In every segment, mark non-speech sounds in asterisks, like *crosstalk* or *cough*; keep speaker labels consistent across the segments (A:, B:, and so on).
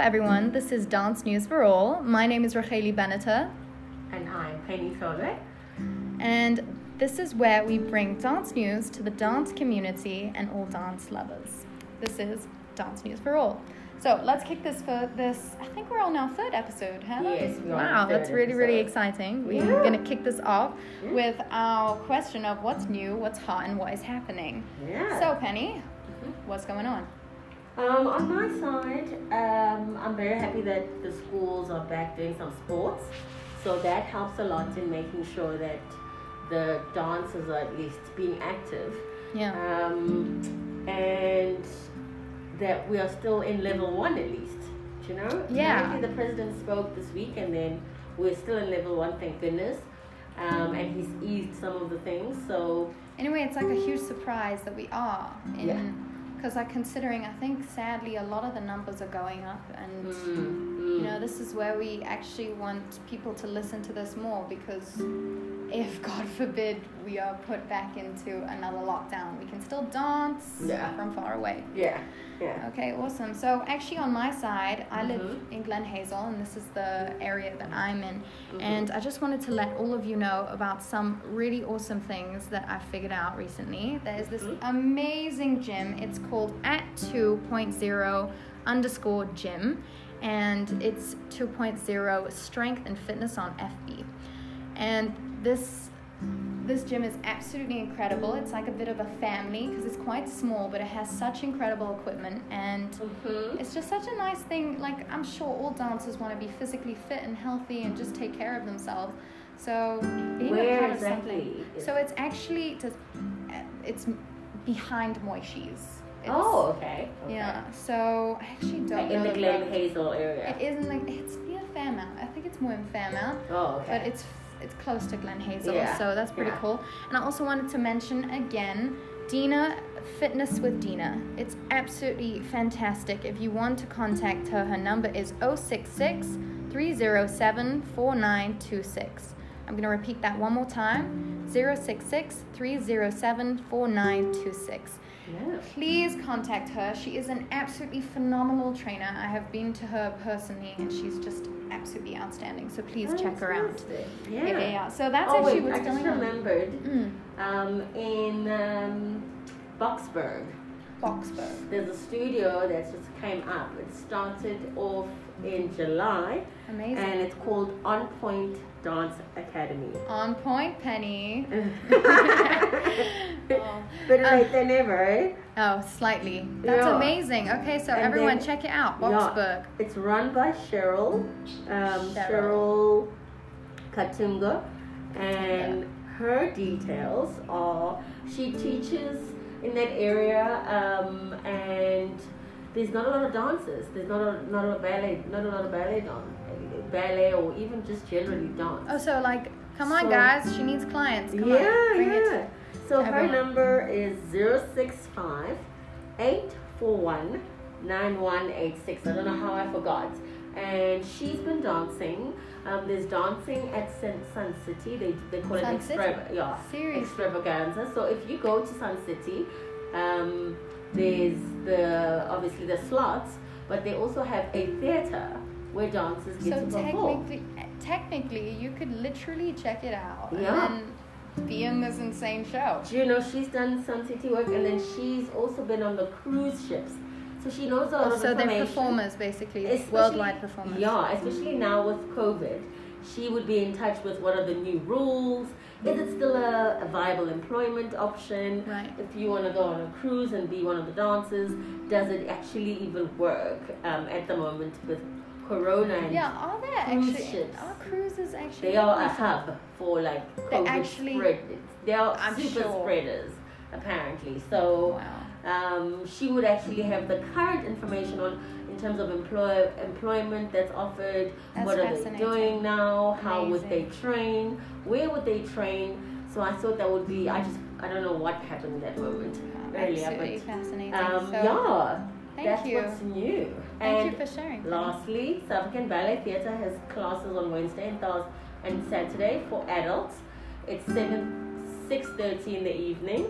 A: everyone. This is Dance News for All. My name is Racheli Beneta,
B: And I'm Penny Solveig.
A: and this is where we bring dance news to the dance community and all dance lovers. This is Dance News for All. So let's kick this for this. I think we're on our third episode, huh?
B: Yes, we're on our
A: Wow,
B: third
A: that's really, really
B: episode.
A: exciting. We're
B: Yeah.
A: going to kick this off
B: Yeah.
A: with our question of what's new, what's hot, and what is happening.
B: Yeah.
A: So, Penny, what's going on?
B: Um, on my side, um, I'm very happy that the schools are back doing some sports. So that helps a lot in making sure that the dancers are at least being active.
A: Yeah.
B: Um, and that we are still in level one at least. Do you know?
A: Yeah.
B: Apparently the president spoke this week and then we're still in level one, thank goodness. Um, and he's eased some of the things. So,
A: Anyway, it's like a huge surprise that we are
B: Yeah.
A: in because like considering I think sadly a lot of the numbers are going up and
B: mm,
A: you know this is where we actually want people to listen to this more because if *laughs* God forbid we are put back into another lockdown, we can still dance
B: Yeah.
A: from far away.
B: yeah, yeah.
A: Okay, awesome. So actually, on my side, I live
B: Mhm.
A: in Glen Hazel, and this is the area that I'm in.
B: Mhm.
A: And I just wanted to let all of you know about some really awesome things that I figured out recently. There's this
B: Mhm.
A: amazing gym. It's called at 2.0 underscore gym, and it's 2.0 strength and fitness on FB. And this this gym is absolutely incredible. It's like a bit of a family because it's quite small, but it has such incredible equipment and
B: Mhm.
A: it's just such a nice thing. Like I'm sure all dancers want to be physically fit and healthy and just take care of themselves. So being a part
B: Where
A: of something.
B: exactly? is-
A: So it's actually just eh, it's behind Moishi's. It's,
B: oh, okay. okay.
A: yeah. So I actually don't
B: Like
A: know
B: in the
A: road.
B: Glen Hazel area.
A: It is in the it's near Fairmount. I think it's more in Fairmount
B: oh, okay.
A: but it's it's close to Glen Hazel,
B: Yeah,
A: so that's pretty
B: yeah.
A: cool. And I also wanted to mention again, Dina Fitness with Dina. It's absolutely fantastic. If you want to contact her, her number is 066 307 4926. I'm going to repeat that one more time 066 307 4926
B: yeah.
A: please contact her. She is an absolutely phenomenal trainer. I have been to her personally, and she's just absolutely outstanding. So please
B: Oh,
A: check her out.
B: fantastic.
A: Yeah. yeah,
B: Yeah.
A: yeah. So that's
B: oh,
A: actually
B: wait,
A: what's
B: I just
A: going on.
B: remembered
A: Mm,
B: um, in um, Boxburg,
A: Boxburg.
B: there's a studio that's just came up. It started off in July
A: Amazing.
B: and it's called On Point Dance Academy. *laughs*
A: On point, Penny.
B: Better
A: *laughs* oh.
B: late than never, eh?
A: oh, slightly. That's
B: Yeah.
A: amazing. Okay, so
B: And
A: everyone
B: then-
A: check it out.
B: Yeah.
A: Boxburg.
B: It's run by Cheryl, um,
A: Cheryl.
B: Cheryl Katunga, and her details are she teaches in that area, um, and there's not a lot of dancers. There's not a not a lot of ballet, not a lot of ballet dance, ballet or even just generally dance.
A: Oh, so like, come on,
B: So-
A: guys. She needs clients. Come
B: yeah,
A: on. Bring
B: yeah.
A: It.
B: so her
A: everyone.
B: number is 065 841 9186. I don't know how I forgot. And she's been dancing. Um, there's dancing at Sun, Sun City. They, they call
A: Sun
B: it
A: City?
B: extrava- yeah,
A: Seriously.
B: extravaganza. So if you go to Sun City, um, there's the obviously the slots, but they also have a theater where dancers
A: So
B: get to perform.
A: technically, technically, you could literally check it out
B: Yeah.
A: and then be in this insane show.
B: Do you know she's done some city work and then she's also been on the cruise ships. So she knows a lot of
A: so they're
B: information.
A: performers, basically,
B: Especially-
A: worldwide performers.
B: Yeah, especially now with COVID. She would be in touch with what are the new rules. Is it still a, a viable employment option?
A: Right.
B: If you want to go on a cruise and be one of the dancers, does it actually even work um, at the moment with Corona? And
A: Yeah, are there
B: Cruise
A: actually
B: ships.
A: are cruises actually?
B: They are a hub for like
A: They
B: COVID
A: actually-
B: spread. They are
A: I'm
B: super
A: sure.
B: spreaders apparently. So
A: Wow.
B: um, she would actually have the current information on in terms of employ, employment that's offered
A: That's
B: what are they
A: fascinating.
B: doing now how would they
A: Amazing.
B: train where would they train so i thought that would be i just i don't know what happened in that moment
A: Absolutely
B: earlier
A: fascinating.
B: but um,
A: so,
B: yeah
A: thank
B: that's
A: you.
B: what's new
A: Thank
B: and
A: you for sharing.
B: Lastly, South African Ballet Theatre has classes on Wednesday and Thursday and Saturday for adults. It's seven six thirty in the evening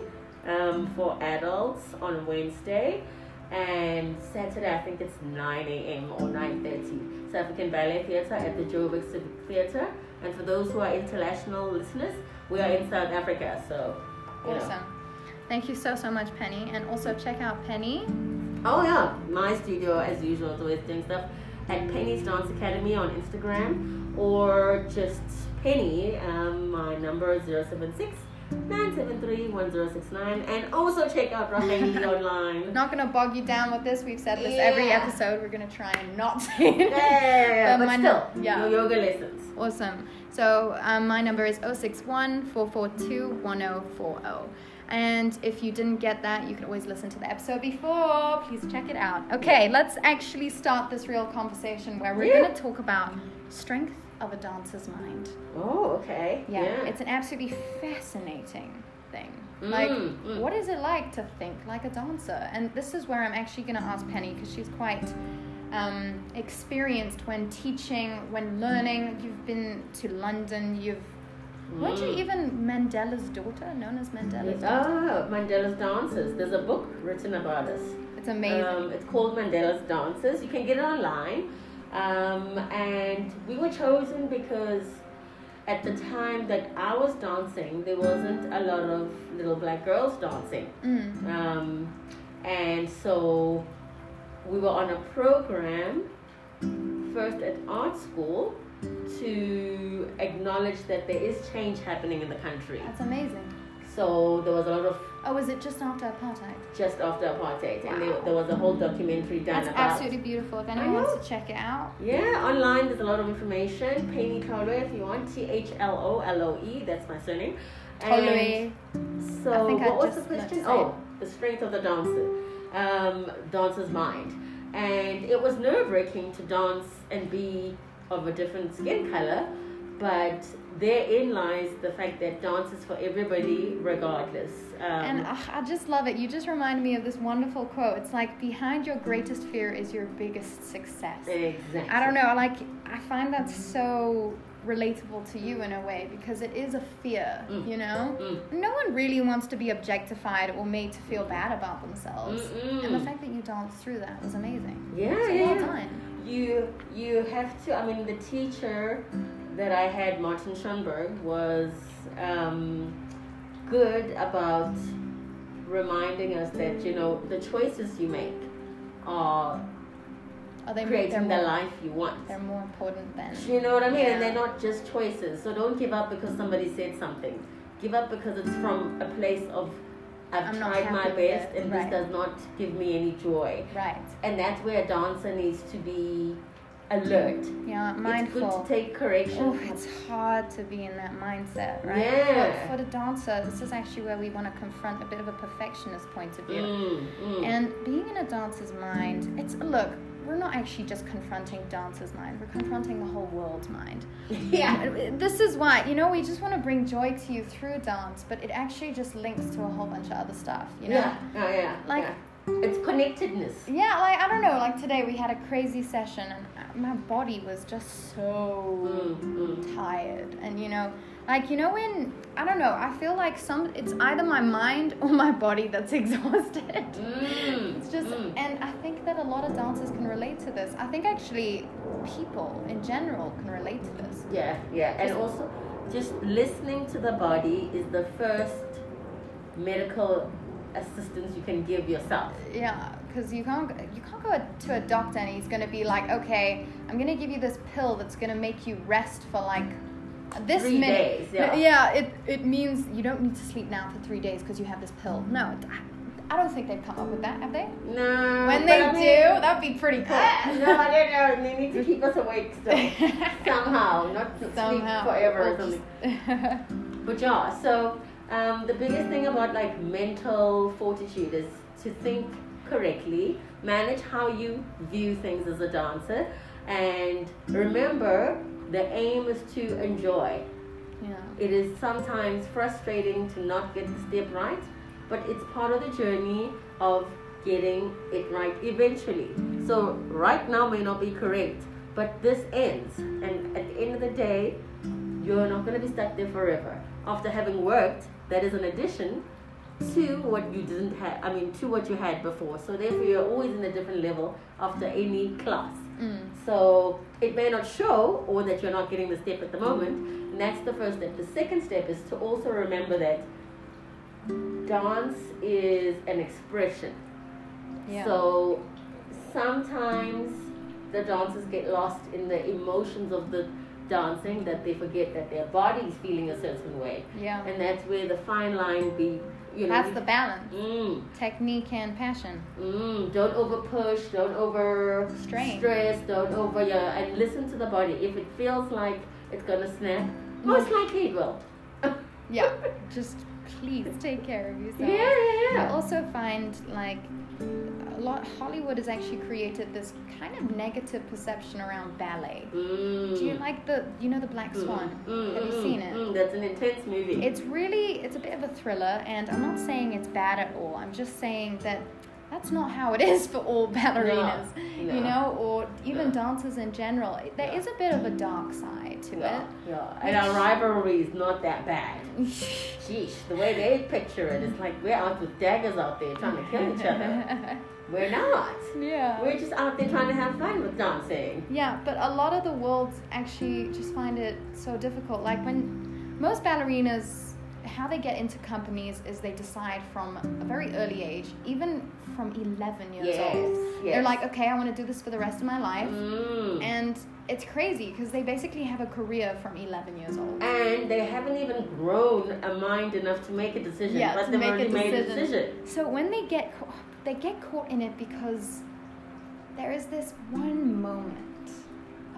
B: um, for adults on Wednesday, and Saturday I think it's 9 a.m. or 9:30 South African Ballet Theatre at the Joburg Civic Theatre. And for those who are international listeners, we are in South Africa, so you know.
A: Awesome. Thank you so, so much, Penny. And also check out Penny.
B: Oh yeah, my studio as usual is always doing stuff at Penny's Dance Academy on Instagram or just Penny. Um, my number is 076 973 1069. And also check out Rahani
A: *laughs*
B: online.
A: Not going to bog you down with this. We've said this every
B: Yeah.
A: episode. We're going to try and not *laughs* say it.
B: Yeah,
A: But
B: but
A: my
B: still,
A: nu- yeah.
B: no yoga lessons.
A: Awesome. So um, my number is 061 442 1040. And if you didn't get that, you can always listen to the episode before. Please check it out. Okay, let's actually start this real conversation where we're
B: Yeah.
A: going to talk about strength of a dancer's mind.
B: Oh, okay.
A: Yeah, it's an absolutely fascinating thing. Like,
B: Mm, mm.
A: what is it like to think like a dancer? And this is where I'm actually going to ask Penny because she's quite um, experienced when teaching, when learning. You've been to London. You've weren't you
B: Mm.
A: even Mandela's daughter, known as Mandela's daughter?
B: Oh, Mandela's Dances. There's a book written about us.
A: It's amazing.
B: Um, it's called Mandela's Dances. You can get it online. Um, and we were chosen because at the time that I was dancing, there wasn't a lot of little black girls dancing.
A: Mm.
B: Um, and so we were on a program first at art school to acknowledge that there is change happening in the country.
A: That's amazing.
B: So there was a lot of
A: Oh, was it just after apartheid?
B: just after apartheid, and there,
A: Wow.
B: there was a whole documentary done
A: That's
B: about.
A: absolutely beautiful. If
B: I
A: anyone
B: know.
A: wants to check it out,
B: Yeah, online there's a lot of information. Penny Tolwe, if you want, T H L O L O E, that's my surname. And
A: totally.
B: so,
A: I think I
B: what was the
A: just
B: question?
A: noticed
B: Oh, the strength of the dancer, um, dancer's mind, and it was nerve-wracking to dance and be of a different skin color, but therein lies the fact that dance is for everybody, regardless. Um,
A: And ugh, I just love it. You just reminded me of this wonderful quote. It's like, behind your greatest fear is your biggest success.
B: exactly.
A: I don't know. I Like, I find that so relatable to you in a way because it is a fear,
B: Mm.
A: you know?
B: Mm.
A: No one really wants to be objectified or made to feel bad about themselves.
B: Mm-mm.
A: And the fact that you danced through that was amazing.
B: Mm. Yeah,
A: So
B: yeah.
A: well
B: yeah.
A: done.
B: You you have to. I mean, the teacher that I had, Martin Schoenberg, was um, good about reminding us that you know the choices you make are
A: Are Oh, they they're
B: creating the
A: more,
B: life you want.
A: They're more important than.
B: You know what I mean?
A: Yeah.
B: And they're not just choices. So don't give up because somebody said something. Give up because it's from a place of I've
A: I'm not
B: tried my
A: happy with
B: best
A: it.
B: and
A: Right.
B: this does not give me any joy.
A: Right.
B: And that's where a dancer needs to be alert.
A: Yeah, mindful.
B: It's good to take correction.
A: Oh,
B: *laughs*
A: it's hard to be in that mindset, right?
B: Yeah.
A: For, for the dancer, this is actually where we want to confront a bit of a perfectionist point of view.
B: Mm, mm.
A: *laughs* And being in a dancer's mind, it's look, we're not actually just confronting dancer's mind, we're confronting the whole world's mind. uh,
B: yeah.
A: This is why, you know, we just want to bring joy to you through dance, but it actually just links to a whole bunch of other stuff, you know?
B: Yeah. Yeah. yeah.
A: Like-
B: yeah. it's connectedness.
A: Yeah, like I don't know, like today we had a crazy session and uh, my body was just so
B: Mm, mm.
A: tired. And you know, like you know when I don't know, I feel like some it's either my mind *laughs* or my body that's exhausted.
B: Mm,
A: It's just
B: mm.
A: and I think that a lot of dancers can relate to this. I think actually people in general can relate to this.
B: Yeah, yeah. And
A: Just-
B: also, just listening to the body is the first medical assistance you can give yourself.
A: Yeah, because you can't you can't go to a doctor and he's gonna be like, okay, I'm gonna give you this pill that's gonna make you rest for like this
B: Three
A: minute.
B: days, yeah.
A: No, it it means you don't need to sleep now for three days because you have this pill. No, it- I- I don't think they've come up with that, have they?
B: No.
A: When
B: Mm, but
A: they
B: I mean-
A: *laughs* do, that'd be pretty cool.
B: Ah,
A: *laughs*
B: no, I don't know. and They need to keep us awake still. Somehow, not to
A: Somehow.
B: sleep forever or
A: Or
B: something.
A: just-
B: But yeah, so um, the biggest thing about like mental fortitude is to think correctly, manage how you view things as a dancer, and remember the aim is to enjoy.
A: *laughs* yeah.
B: It is sometimes frustrating to not get the step right, but it's part of the journey of getting it right eventually. So, right now may not be correct, but this ends, and at the end of the day, you're not going to be stuck there forever. After having worked, that is an addition to what you didn't have i mean to what you had before so therefore you're always in a different level after any class
A: Mm.
B: so it may not show or that you're not getting the step at the moment and that's the first step the second step is to also remember that dance is an expression
A: Yeah.
B: so sometimes the dancers get lost in the emotions of the dancing that they forget that their body is feeling a certain way
A: yeah.
B: and that's where the fine line be you know
A: That's the balance.
B: mm,
A: Technique and passion.
B: mm, don't over push don't over
A: Strain.
B: stress don't over yeah and listen to the body if it feels like it's gonna snap most likely it will
A: Yeah. Just please take care of yourself.
B: *laughs* yeah yeah
A: I
B: yeah
A: also find like a lot Hollywood has actually created this kind of negative perception around ballet.
B: mm.
A: Do you like the you know the Black Swan?
B: Mm,
A: Have you
B: mm,
A: seen it?
B: mm, that's an intense movie
A: It's really it's a bit of a thriller and I'm not saying it's bad at all. I'm just saying that that's not how it is for all ballerinas.
B: no.
A: You know, or even
B: No.
A: dancers in general. There
B: No.
A: is a bit of a dark side to
B: yeah, yeah. and our rivalry is not that bad
A: it.
B: Sheesh, the way they picture it, it's like we're out with daggers out there trying to kill
A: *laughs*
B: each other. We're not.
A: yeah.
B: We're just out there trying to have fun with dancing.
A: Yeah, but a lot of the worlds actually just find it so difficult. Like when most ballerinas, how they get into companies is they decide from a very early age, even from 11 years
B: Yes,
A: old.
B: yes.
A: They're like, okay, I want to do this for the rest of my life.
B: Mm.
A: And
B: And,
A: it's crazy because they basically have a career from 11 years old.
B: they haven't even grown a mind enough to make a decision,
A: Yeah,
B: but
A: to
B: they've
A: make a
B: already made a
A: decision.
B: decision.
A: So when they get caught, they get caught in it because there is this one moment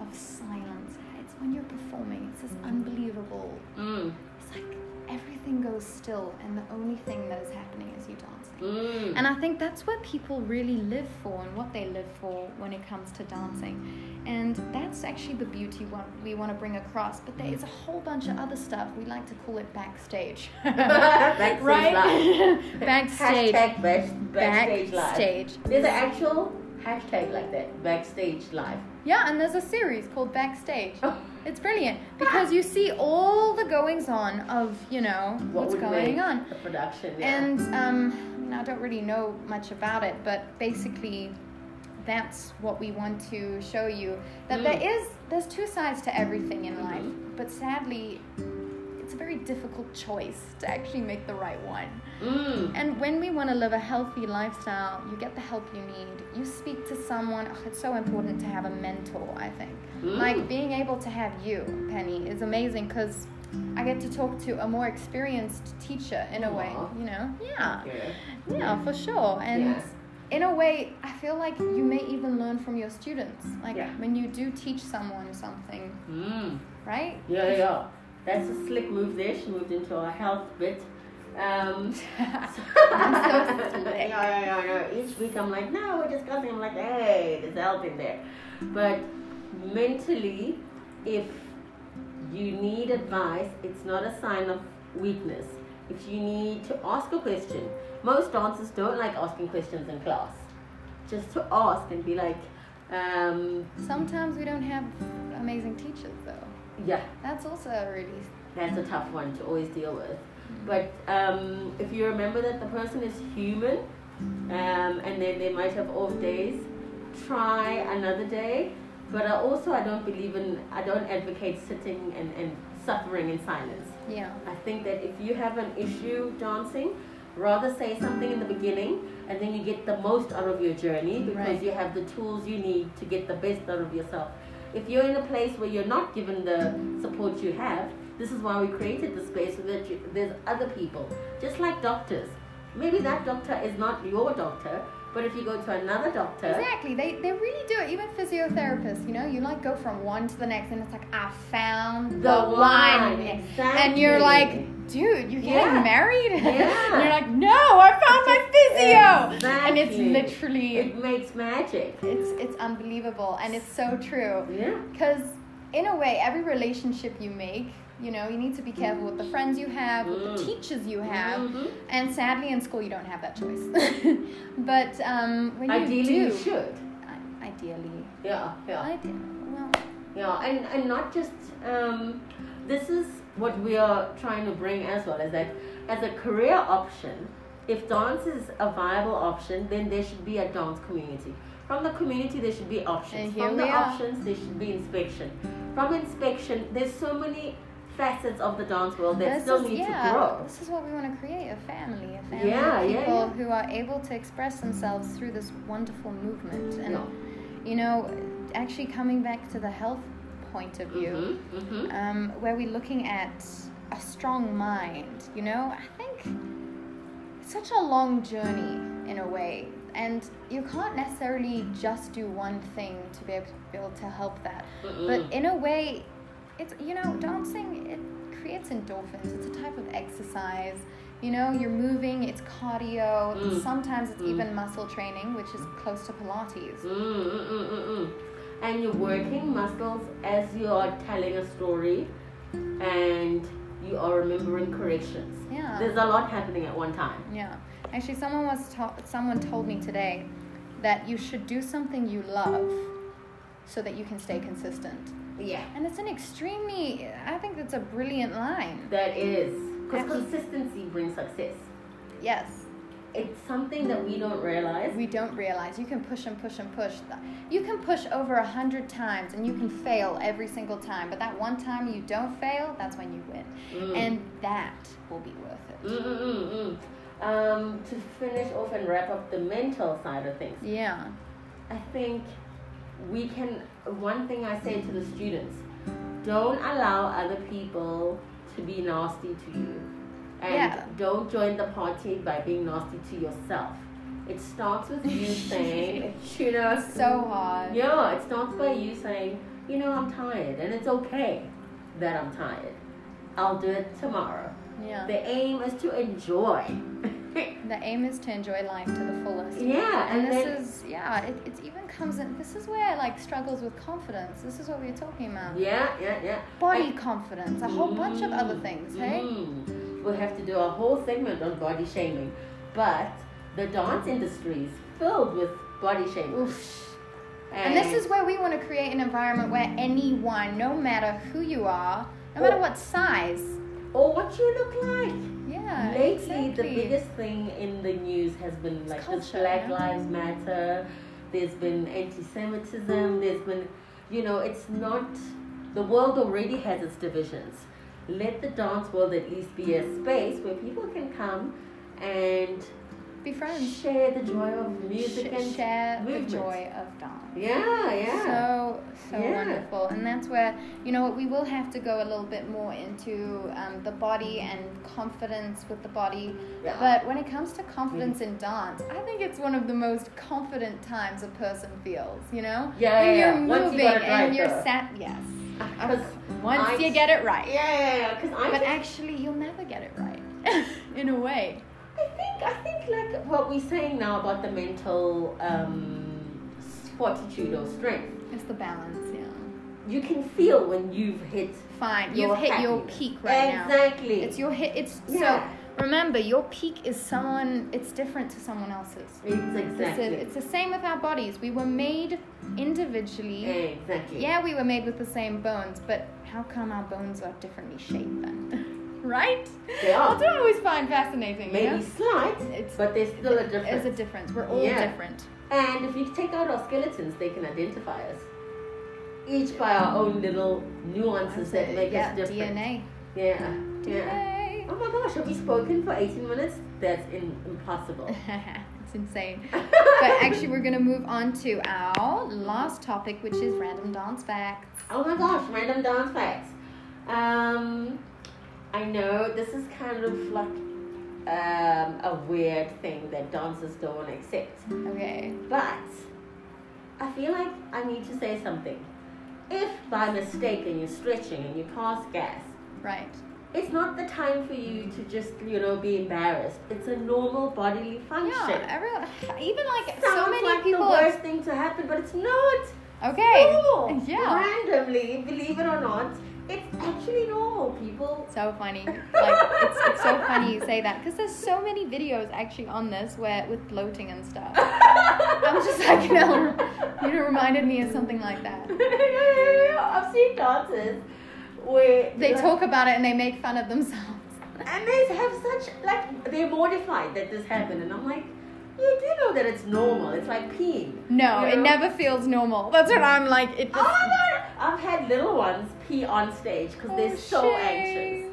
A: of silence. It's when you're performing. It's this unbelievable
B: Mm.
A: It's like everything goes still, and the only thing that is happening is you dancing.
B: Mm. *laughs*
A: And I think that's what people really live for and what they live for when it comes to dancing. And that's actually the beauty one we want to bring across. But there is a whole bunch of other stuff. We like to call it backstage. *laughs*
B: Backstage
A: right? *laughs*
B: life.
A: backstage.
B: Hashtag bash, backstage live.
A: Backstage.
B: There's an actual hashtag like that, backstage *laughs* live.
A: Yeah, and there's a series called Backstage. It's brilliant because you see all the goings on of, you know, what's
B: would
A: going
B: make
A: on.
B: The production. Yeah.
A: And um, I mean, I don't really know much about it, but basically, that's what we want to show you. That
B: Mm.
A: there is there's two sides to everything in
B: Mhm.
A: life, but sadly, it's a very difficult choice to actually make the right one.
B: mm.
A: And when we want to live a healthy lifestyle, you get the help you need. You speak to someone. Oh, it's so important to have a mentor. I think
B: Mm.
A: like being able to have you, Penny, is amazing because. I get to talk to a more experienced teacher in a way,
B: Aw.
A: you know? Yeah.
B: Yeah.
A: Yeah, for sure. And
B: Yeah.
A: in a way, I feel like you may even learn from your students. Like
B: Yeah.
A: when you do teach someone something,
B: Mm.
A: right?
B: Yeah, yeah. That's a slick move there. She moved into a health bit.
A: *laughs*
B: Um,
A: I'm so
B: yeah,
A: slick.
B: yeah, yeah, yeah. Each week I'm like, no, we're discussing. I'm like, hey, there's health in there. But mentally, if you need advice, it's not a sign of weakness. If you need to ask a question, most dancers don't like asking questions in class. Just to ask and be like, um,
A: Sometimes we don't have amazing teachers, though.
B: yeah,
A: That's also a really.
B: that's a tough one to always deal with. But um, if you remember that the person is human um, and then they might have off days, try another day. But I also I don't believe in I don't advocate sitting and, and suffering in silence.
A: Yeah.
B: I think that if you have an issue dancing, rather say something in the beginning and then you get the most out of your journey because
A: Right.
B: you have the tools you need to get the best out of yourself. If you're in a place where you're not given the support you have, this is why we created the space so that you, there's other people, just like doctors. Maybe that doctor is not your doctor, but if you go to another doctor,
A: Exactly. They, they really do it. Even physiotherapists, you know, you like go from one to the next, and it's like, I found the, one.
B: Exactly.
A: And you're like, dude, you're getting
B: Yeah.
A: married? *laughs*
B: Yeah.
A: and you're like, no, I found my physio. And it's
B: Exactly.
A: literally
B: it makes magic.
A: It's it's unbelievable and it's so true.
B: Yeah.
A: Cause in a way, every relationship you make, you know, you need to be careful with the friends you have, with the
B: Mm.
A: teachers you have.
B: Mhm.
A: And sadly, in school, you don't have that choice. *laughs* but um, when
B: Ideally,
A: you do,
B: you should.
A: I- ideally,
B: Yeah, yeah,
A: ideally, well,
B: yeah, and and not just um, this is what we are trying to bring as well is that as a career option, if dance is a viable option, then there should be a dance community. From the community, there should be
A: And
B: options.
A: here
B: From the
A: we are.
B: options, there should be inspection. From inspection, there's so many facets of the dance world that
A: this
B: still
A: is,
B: need
A: yeah,
B: to grow.
A: This is what we want to create a family, a family
B: Yeah,
A: of
B: yeah,
A: people
B: yeah.
A: who are able to express themselves through this wonderful movement. And,
B: Yeah.
A: you know, actually coming back to the health point of view,
B: Mhm, mhm.
A: um, where we're looking at a strong mind, you know, I think it's such a long journey in a way. And you can't necessarily just do one thing to be able to, be able to help that. But in a way, it's you know, dancing it creates endorphins. It's a type of exercise. You know, you're moving. It's cardio.
B: Mm.
A: Sometimes it's
B: Mm.
A: even muscle training, which is close to Pilates.
B: Mm, mm, mm, mm, mm. And you're working muscles as you are telling a story and you are remembering corrections.
A: Yeah.
B: There's a lot happening at one time.
A: Yeah. Actually, someone was to- someone told me today that you should do something you love so that you can stay consistent.
B: Yeah.
A: And it's an extremely I think that's a brilliant line.
B: That is. Because
A: Actually-
B: consistency brings success.
A: Yes.
B: It's something that we don't realize.
A: we don't realize you can push and push and push you can push over a hundred times and you can fail every single time but that one time you don't fail that's when you win
B: Mm.
A: and that will be worth it
B: Mm, mm, mm, mm. Um, to finish off and wrap up the mental side of things,
A: yeah
B: I think we can. One thing I say to the students don't allow other people to be nasty to you. And
A: Yeah.
B: don't join the party by being nasty to yourself. It starts with you saying, you know,
A: so hard
B: yeah, it starts by you saying, you know, I'm tired, and it's okay that I'm tired. I'll do it tomorrow.
A: yeah
B: The aim is to enjoy. *laughs*
A: the aim is to enjoy life to the fullest
B: yeah,
A: and
B: and,
A: this
B: then
A: is yeah it, it even comes in this is where like struggles with confidence this is what we were talking about
B: yeah, yeah, yeah.
A: body confidence a whole bunch of other
B: Mm,
A: things hey
B: mm. We'll have to do a whole segment on body shaming, but the dance industry is filled with body shaming.
A: Oof. And this is where we want to create an environment where anyone, no matter who you are, no matter what size,
B: or oh, what you look like.
A: yeah.
B: Lately, the
A: Uh, exactly.
B: biggest thing in the news has been like this
A: culture,
B: Black
A: no?
B: Lives Matter. There's been anti-Semitism. There's been, you know, it's not. The world already has its divisions. Let the dance world at least be a space where people can come and
A: Be friends.
B: share the joy of music
A: Sh-
B: and
A: share
B: movement.
A: the joy of dance.
B: Yeah, yeah.
A: So so
B: Yeah.
A: wonderful, and that's where you know what we will have to go a little bit more into um, the body and confidence with the body.
B: Yeah. Mm-hmm.
A: But when it comes to confidence in dance, I think it's one of the most confident times a person feels. You know,
B: Yeah,
A: When
B: yeah,
A: you're
B: yeah.
A: moving
B: Once you got it right,
A: and you're
B: though.
A: sat. Yes,
B: Ah, 'Cause
A: once
B: I-
A: you get it right.
B: yeah, yeah, yeah. Because I
A: But
B: just
A: actually, you'll never get it right, *laughs* in a way.
B: I think I think like what we're saying now about the mental um, fortitude or strength,
A: It's the balance, yeah.
B: you can feel when you've hit.
A: Fine,
B: your
A: you've hit your
B: happiness.
A: peak right now.
B: Exactly.
A: It's your hit. It's
B: Yeah.
A: so. Remember, your peak is someone. It's different to someone else's.
B: It's
A: This
B: exactly.
A: is- it's the same with our bodies. We were made individually.
B: exactly.
A: Yeah, we were made with the same bones, but how come our bones are differently shaped then? *laughs* right?
B: They are.
A: That's what I always find fascinating.
B: Maybe
A: you know?
B: slight,
A: It's-
B: but there's still a difference.
A: There's a difference. We're all
B: Yeah.
A: different.
B: and if you take out our skeletons, they can identify us. Each by our own little nuances that make
A: yeah,
B: us different.
A: DNA.
B: Yeah. Yeah.
A: DNA.
B: Oh my gosh, have we spoken for 18 minutes? That's in- impossible.
A: it's insane. *laughs* but actually, we're going to move on to our last topic, which is random dance facts.
B: Oh my gosh, random dance facts. Um, I know this is kind of like um, a weird thing that dancers don't want to accept,
A: Okay.
B: but I feel like I need to say something. If by mistake and you're stretching and you pass gas,
A: Right.
B: it's not the time for you to just, you know, be embarrassed. It's a normal bodily function.
A: Yeah. Everyone, *laughs* even like so
B: Oh, Sounds
A: many
B: like
A: people.
B: the worst thing to happen, but it's not.
A: okay.
B: No.
A: *laughs* Yeah.
B: Randomly, believe it or not, it's actually normal. People
A: *laughs* So
B: *laughs*
A: funny. Like it's, it's so funny you say that because there's so many videos actually on this where with bloating and stuff. I was just like, *laughs* you know, you know,
B: *laughs*
A: reminded me of something like that.
B: I've seen dances where
A: They
B: like,
A: talk about it and they make fun of themselves.
B: and they have such like they're mortified that this happened, and I'm like, you do know that it's normal. It's like peeing.
A: No,
B: You
A: it
B: know?
A: never feels normal. That's what I'm like. It
B: Oh
A: just,
B: my god! I've had little ones pee on stage because they're
A: Oh,
B: so
A: shame.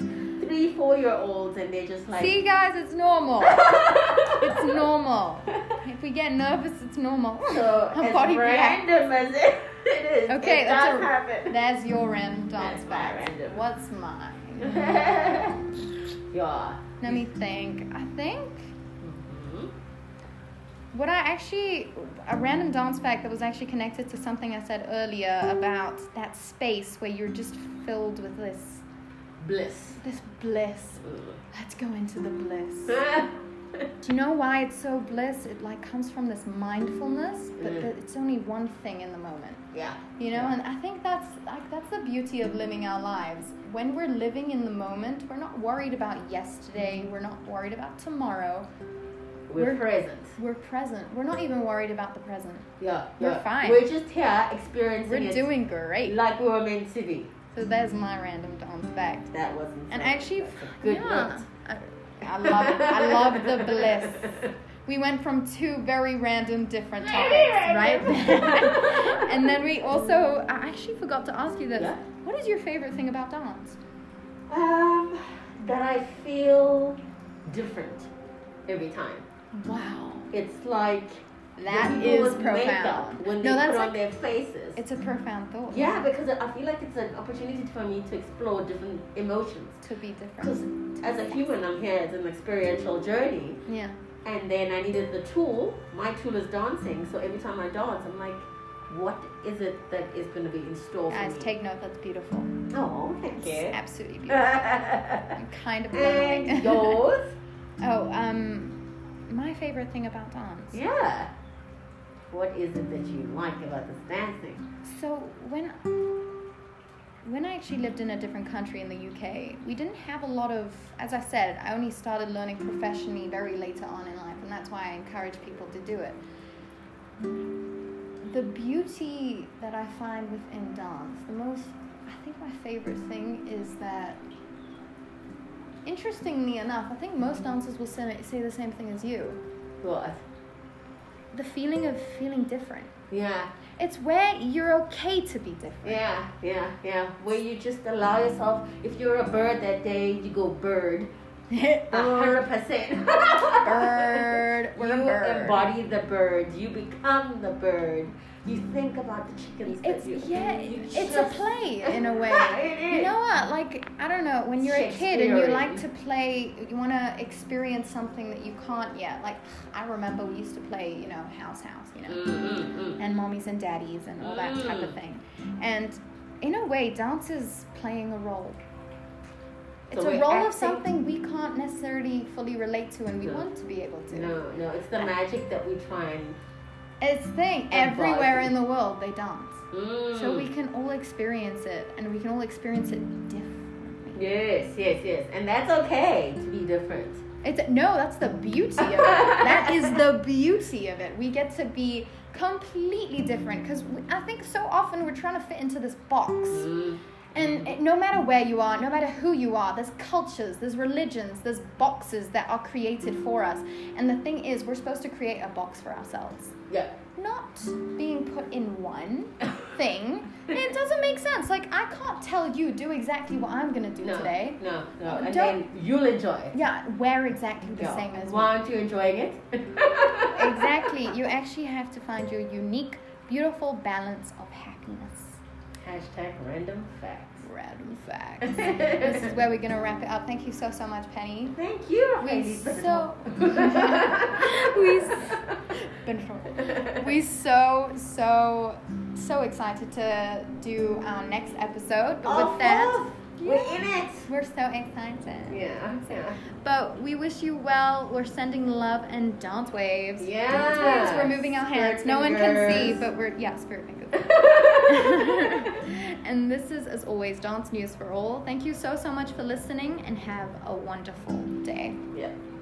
B: anxious. Three, four year olds, and they're just like.
A: See, guys, it's normal. it's normal. If we get nervous, it's normal.
B: So
A: *laughs* Our
B: as
A: body reacts.
B: random as it, it is,
A: Okay,
B: it
A: that's
B: does
A: a-
B: happen.
A: There's your random dance
B: That's my
A: back.
B: random.
A: What's mine?
B: *laughs* yeah.
A: Let me think. I think
B: Mhm.
A: what I actually a random dance back that was actually connected to something I said earlier about that space where you're just filled with this
B: Bliss.
A: this bliss. Let's go into the bliss.
B: Mm.
A: Do you know why it's so bliss? It like comes from this mindfulness, but
B: Mm.
A: that it's only one thing in the moment.
B: *laughs* yeah.
A: You know,
B: Yeah.
A: and I think that's like that's the beauty of living our lives. When we're living in the moment, we're not worried about yesterday, we're not worried about tomorrow.
B: We're,
A: We're-
B: present.
A: We're present. We're not even worried about the present.
B: Yeah.
A: We're
B: yeah.
A: fine.
B: We're just here experiencing
A: We're
B: it
A: doing great.
B: like we were meant to be.
A: So there's my random dance fact.
B: That wasn't.
A: And
B: so-
A: actually,
B: that's a good
A: yeah,
B: note.
A: I, I love it. I love
B: *laughs*
A: the bliss. We went from two very random different topics,
B: Very random. *laughs*
A: right? *laughs* and then we also, I actually forgot to ask you this.
B: Yeah.
A: What is your favorite thing about dance?
B: Um, that I feel different every time.
A: Wow.
B: It's like
A: That
B: the people
A: is
B: with makeup
A: profound.
B: when they
A: no, that's
B: put on
A: like,
B: their faces.
A: it's a profound thought.
B: yeah, because I feel like it's an opportunity for me to explore different emotions.
A: To be
B: Because
A: different.
B: as a human, I'm here as an experiential journey,
A: Yeah.
B: and then I needed the tool. My tool is dancing, so every time I dance, I'm like, what is it that is going to be in store for
A: Guys,
B: me?
A: take note. That's beautiful.
B: oh, thank
A: It's
B: you.
A: absolutely beautiful. I'm
B: *laughs* and
A: kind of blown away.
B: yours?
A: *laughs* oh, um, my favorite thing about dance.
B: Yeah. What is it that you like about this dancing?
A: So when when I actually lived in a different country in the UK, we didn't have a lot of. As I said, I only started learning professionally very later on in life, and that's why I encourage people to do it. The beauty that I find within dance, the most, I think my favorite thing is that. Interestingly enough, I think most dancers will say, say the same thing as you.
B: What?
A: The feeling of feeling different.
B: Yeah,
A: It's where you're okay to be different.
B: yeah, yeah, yeah. Where you just allow yourself, if you're a bird that day, you go bird. *laughs* A
A: *laughs*
B: hundred percent. *laughs*
A: bird. We're
B: you
A: Uh-huh. a bird.
B: embody the bird. You become the bird. You think about the chickens. that
A: It's
B: you, *laughs*
A: yeah,
B: you
A: it's a
B: just-
A: play in a
B: *laughs*
A: way.
B: It
A: You know
B: is.
A: what? Like I don't know, when you're a kid and you
B: Shakespearean.
A: like to play, you want to experience something that you can't yet. Like I remember we used to play, you know, house house, you know,
B: Mm, mm, mm.
A: and mommies and daddies and all that type of
B: Mm.
A: thing. And in a way, dance is playing a role. It's
B: So
A: a
B: we're
A: role of
B: acting-
A: something we can't necessarily fully relate to, and we
B: No.
A: want to be able to.
B: mm. No, no, it's the magic that we try and.
A: It's thing everywhere in the world they dance.
B: Mm.
A: So we can all experience it, and we can all experience it differently.
B: Yes, yes, yes, and that's okay to be different.
A: It's no, that's the beauty of it. that is the beauty of it. We get to be completely different because I think so often we're trying to fit into this box.
B: Mm.
A: And it, no matter where you are, no matter who you are, there's cultures, there's religions, there's boxes that are created for us. And the thing is, we're supposed to create a box for ourselves,
B: Yeah. *laughs*
A: not being put in one.
B: *laughs*
A: thing. It doesn't make sense. Like I can't tell you do exactly what I'm gonna do
B: no,
A: today.
B: No, no,
A: Oh,
B: and
A: don't-
B: then you'll enjoy it.
A: Yeah, wear exactly the
B: Yeah.
A: same as me.
B: Why aren't you enjoying
A: *laughs*
B: it?
A: Exactly. You actually have to find your unique, beautiful balance of happiness.
B: Hashtag random
A: *laughs*
B: facts.
A: Random facts. this is where we're gonna wrap it up. Thank you so so much, Penny.
B: Thank you.
A: We
B: Heidi. *laughs*
A: so- We Been for we so so so excited to do our next episode. But
B: Our
A: with that,
B: fourth. We're in it.
A: we're so excited. *laughs*
B: Yeah. Yeah.
A: But we wish you well. We're sending love and dance waves.
B: Yeah.
A: Dance waves. We're moving our hands.
B: Spirit
A: no one can see,
B: fingers.
A: but we're yeah, spirit fingers.
B: *laughs*
A: *laughs* and this is, as always, dance news for all. Thank you so so much for listening, and have a wonderful day. *laughs*
B: yeah. *laughs*